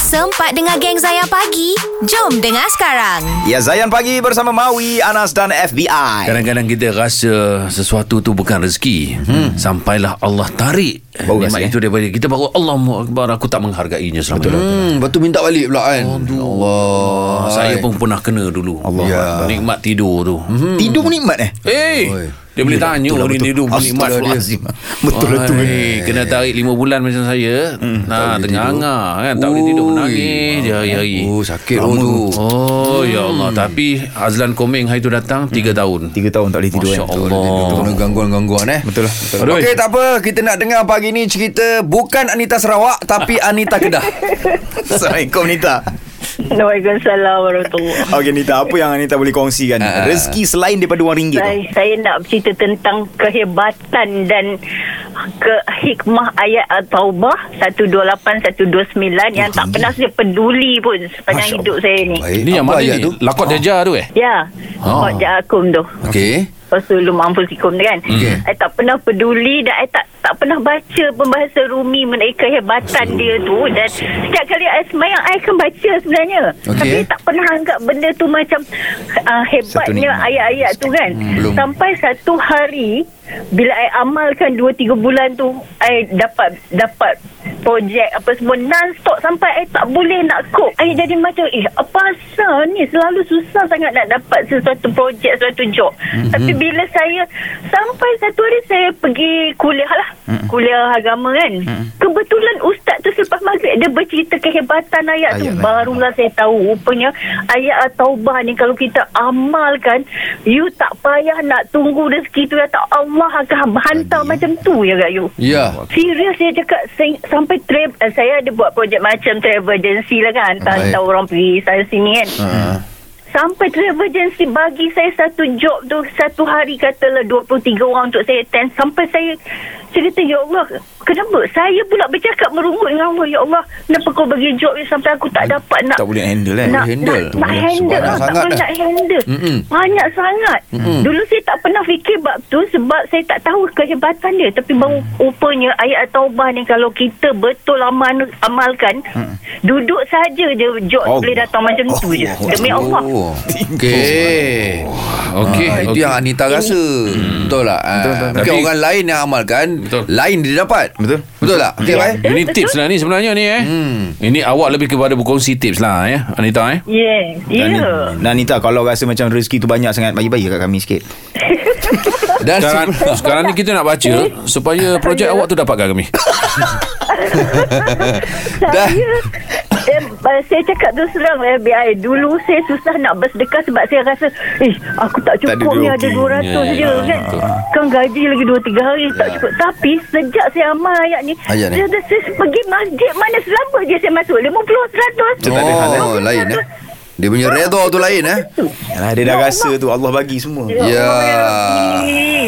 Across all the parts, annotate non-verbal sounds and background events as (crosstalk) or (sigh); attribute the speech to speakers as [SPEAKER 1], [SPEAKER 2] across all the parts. [SPEAKER 1] sempat dengar geng Zayan pagi? Jom dengar sekarang.
[SPEAKER 2] Ya Zayan pagi bersama Maui, Anas dan FBI.
[SPEAKER 3] Kadang-kadang kita rasa sesuatu tu bukan rezeki. Hmm. Sampailah Allah tarik
[SPEAKER 2] Baru
[SPEAKER 3] nikmat
[SPEAKER 2] rasa,
[SPEAKER 3] itu daripada kita baru Allah Akbar aku tak menghargainya selama betul, ini.
[SPEAKER 4] Hmm, lepas tu minta balik pula kan. Aduh. Allah.
[SPEAKER 3] Ah, Saya pun pernah kena dulu. Allah
[SPEAKER 2] Ya.
[SPEAKER 3] Nikmat tidur tu. Hmm.
[SPEAKER 2] Tidur pun nikmat eh?
[SPEAKER 3] Eh,
[SPEAKER 4] Oi.
[SPEAKER 3] dia boleh tanya
[SPEAKER 2] betul lah,
[SPEAKER 3] orang
[SPEAKER 2] betul.
[SPEAKER 3] tidur pun nikmat pula.
[SPEAKER 2] Astagfirullahalazim. Betul lah tu.
[SPEAKER 3] Oi, Kena tarik lima bulan macam saya. nah, tengah angah kan. Tak boleh tidur
[SPEAKER 4] Ui.
[SPEAKER 3] menangis je hari-hari.
[SPEAKER 4] Oh, sakit oh tu.
[SPEAKER 3] Oh, ya Allah. Tapi Azlan Komeng hari tu datang tiga tahun.
[SPEAKER 2] Tiga tahun tak boleh tidur
[SPEAKER 3] Masya
[SPEAKER 2] eh?
[SPEAKER 4] Oh.
[SPEAKER 3] Allah.
[SPEAKER 4] Kena gangguan-gangguan eh.
[SPEAKER 2] Betul lah. Betul.
[SPEAKER 3] Aduh.
[SPEAKER 4] Okey, tak apa. Kita nak dengar pagi ni cerita bukan Anita Sarawak tapi Anita Kedah.
[SPEAKER 2] Assalamualaikum Nita.
[SPEAKER 5] Waalaikumsalam warahmatullahi
[SPEAKER 2] Okey Nita, apa yang Anita boleh kongsikan?
[SPEAKER 4] Ah.
[SPEAKER 2] Rezeki selain daripada wang ringgit
[SPEAKER 5] saya,
[SPEAKER 2] tu.
[SPEAKER 5] saya nak bercerita tentang kehebatan dan ke hikmah ayat At-Taubah 128 129 yang tak pernah saya peduli pun sepanjang
[SPEAKER 2] Masya
[SPEAKER 5] hidup saya ni.
[SPEAKER 4] Baik.
[SPEAKER 2] Eh,
[SPEAKER 3] Ini yang
[SPEAKER 4] apa
[SPEAKER 3] mana
[SPEAKER 4] ayat
[SPEAKER 3] ni?
[SPEAKER 4] tu?
[SPEAKER 3] Lakot Deja tu eh?
[SPEAKER 5] Ya.
[SPEAKER 3] Ah.
[SPEAKER 5] Oh. Ja'akum tu.
[SPEAKER 4] Okey.
[SPEAKER 5] Rasulullah Mampusikum tu kan
[SPEAKER 4] Okey.
[SPEAKER 5] Saya tak pernah peduli Dan saya tak tak pernah baca Pembahasan Rumi Mengenai kehebatan dia tu Dan setiap kali saya semayang Saya akan baca sebenarnya
[SPEAKER 4] Okey.
[SPEAKER 5] Tapi tak pernah anggap Benda tu macam uh, Hebatnya
[SPEAKER 2] nikmat.
[SPEAKER 5] ayat-ayat tu kan
[SPEAKER 4] belum.
[SPEAKER 5] Sampai satu hari Bila saya amalkan 2-3 bulan tu Saya dapat Dapat projek apa semua non-stop sampai saya tak boleh nak cope. Saya jadi macam eh apa asal ni selalu susah sangat nak dapat sesuatu projek sesuatu job. Mm-hmm. Tapi bila saya sampai satu hari saya pergi kuliah lah. Mm-hmm. Kuliah agama kan. Mm-hmm. Kebetulan ustaz tu selepas maghrib dia bercerita kehebatan ayat, ayat tu.
[SPEAKER 4] Ayat-ayat.
[SPEAKER 5] Barulah saya tahu rupanya ayat taubah ni kalau kita amalkan you tak payah nak tunggu rezeki tu datang. Allah akan hantar macam tu ya kat you.
[SPEAKER 4] Ya.
[SPEAKER 5] Serius saya cakap saya, sampai trip eh, saya ada buat projek macam travel agency lah kan
[SPEAKER 4] Baik.
[SPEAKER 5] hantar orang pergi sana sini kan.
[SPEAKER 2] Ah.
[SPEAKER 5] Sampai travel agency bagi saya satu job tu satu hari katalah 23 orang untuk saya attend sampai saya cerita ya Allah kenapa saya pula bercakap merungut dengan Allah ya Allah kenapa kau bagi job ni sampai aku tak dapat nak
[SPEAKER 2] Tak boleh handle eh?
[SPEAKER 5] nak,
[SPEAKER 4] handle.
[SPEAKER 5] Nak, nak handle
[SPEAKER 4] Banyak
[SPEAKER 5] lah. Tak
[SPEAKER 4] sangat
[SPEAKER 5] boleh
[SPEAKER 4] dah.
[SPEAKER 5] nak handle.
[SPEAKER 4] Mm-mm.
[SPEAKER 5] Banyak sangat. Mm-mm. Dulu saya tak pernah fikir bab tu sebab saya tak tahu kehebatan dia. Tapi baru
[SPEAKER 4] Mm.
[SPEAKER 5] rupanya ayat taubah ni kalau kita betul aman, amalkan,
[SPEAKER 4] Mm.
[SPEAKER 5] Mm-mm. duduk saja je job
[SPEAKER 2] Allah.
[SPEAKER 5] boleh datang macam tu je. Demi Allah.
[SPEAKER 4] Oh. Okey.
[SPEAKER 3] Okey.
[SPEAKER 4] Ah, Itu
[SPEAKER 3] okey.
[SPEAKER 4] yang Anita rasa. Betul lah. Ah, Mungkin
[SPEAKER 3] Tapi-
[SPEAKER 4] orang lain yang amalkan,
[SPEAKER 3] Betul.
[SPEAKER 4] lain dia dapat.
[SPEAKER 2] Betul.
[SPEAKER 4] Betul Hmm. tak? Okey, baik.
[SPEAKER 3] Ini tips lah ni sebenarnya ni eh. Ini awak lebih kepada berkongsi tips lah ya, Anita eh.
[SPEAKER 5] Yeah.
[SPEAKER 2] Dan,
[SPEAKER 5] (laughs) Yeah.
[SPEAKER 2] dan Nita, kalau rasa macam rezeki tu banyak sangat, bagi-bagi kat kami sikit.
[SPEAKER 4] Dan
[SPEAKER 3] Sekarang,
[SPEAKER 4] sebelum-
[SPEAKER 3] sekarang ni kita nak
[SPEAKER 4] (laughs)
[SPEAKER 3] baca supaya projek awak tu dapatkan kami.
[SPEAKER 5] saya
[SPEAKER 4] Dah.
[SPEAKER 5] eh, eh, saya cakap tu serang FBI dulu saya susah nak bersedekah sebab saya rasa eh aku tak
[SPEAKER 2] Tak ada
[SPEAKER 5] cukup ni ada
[SPEAKER 2] duit,
[SPEAKER 5] 200
[SPEAKER 3] okey. Ya,
[SPEAKER 5] je
[SPEAKER 3] ya,
[SPEAKER 5] kan
[SPEAKER 3] betul.
[SPEAKER 5] kan gaji lagi 2 3 hari tak cukup tapi sejak saya amal ayat ni
[SPEAKER 4] Ayat ni.
[SPEAKER 5] saya, dah- saya pergi masjid mana selama je saya masuk 50 100
[SPEAKER 2] Macam tak ada hal, eh?
[SPEAKER 4] Oh, lain eh. Dia punya redha tu lain eh.
[SPEAKER 2] Yalah, dia dah
[SPEAKER 3] Ya,
[SPEAKER 2] rasa tu Allah bagi semua.
[SPEAKER 4] Ya. Ha,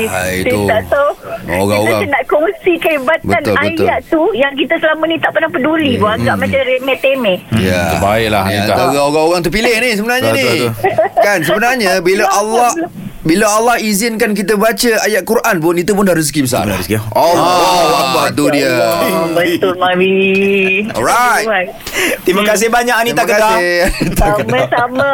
[SPEAKER 5] Saya
[SPEAKER 4] itu.
[SPEAKER 5] tak tahu
[SPEAKER 4] Orang-orang.
[SPEAKER 5] Kita nak kongsi kehebatan
[SPEAKER 4] Betul, betul. Hmm,
[SPEAKER 5] ayat tu Yang kita selama ni tak pernah peduli yeah. Agak macam remeh-temeh
[SPEAKER 4] Ya.
[SPEAKER 3] Terbaiklah,
[SPEAKER 4] Ni
[SPEAKER 3] Anita.
[SPEAKER 4] Antara orang-orang terpilih ni sebenarnya
[SPEAKER 2] Betul,
[SPEAKER 4] ni.
[SPEAKER 2] betul,
[SPEAKER 4] Kan sebenarnya bila Allah bila Allah izinkan kita baca ayat Quran pun itu pun dah rezeki besar.
[SPEAKER 2] Dah rezeki.
[SPEAKER 4] Allah Akbar tu dia.
[SPEAKER 5] Oh, betul Mami.
[SPEAKER 4] Ya. Alright.
[SPEAKER 2] Ya. Terima kasih banyak Anita
[SPEAKER 4] Hmm. Terima
[SPEAKER 2] Kedah.
[SPEAKER 4] kasih. (laughs)
[SPEAKER 5] Sama-sama.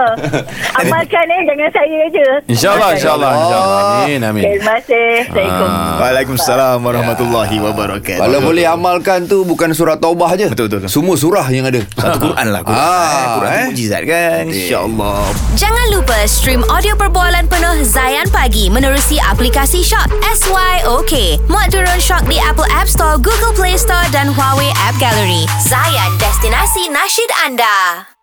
[SPEAKER 5] Amalkan eh jangan saya je.
[SPEAKER 3] InsyaAllah, insyaAllah, insyaAllah.
[SPEAKER 4] Oh.
[SPEAKER 3] Amin, amin.
[SPEAKER 5] Terima kasih. Assalamualaikum.
[SPEAKER 4] Ah.
[SPEAKER 2] Waalaikumsalam warahmatullahi wabarakatuh.
[SPEAKER 4] Ya. Kalau boleh amalkan tu bukan surah taubah je.
[SPEAKER 2] Betul, betul, betul.
[SPEAKER 4] Semua surah yang ada.
[SPEAKER 2] Satu (laughs) Quran lah Quran,
[SPEAKER 4] Ah,
[SPEAKER 2] eh, Quran tu
[SPEAKER 4] eh.
[SPEAKER 2] mujizat kan InsyaAllah
[SPEAKER 1] Jangan lupa stream audio perbualan penuh Zayan pagi menerusi aplikasi Shock SYOK. Muat turun Shock di Apple App Store, Google Play Store dan Huawei App Gallery. Zayan, destinasi nasyid anda.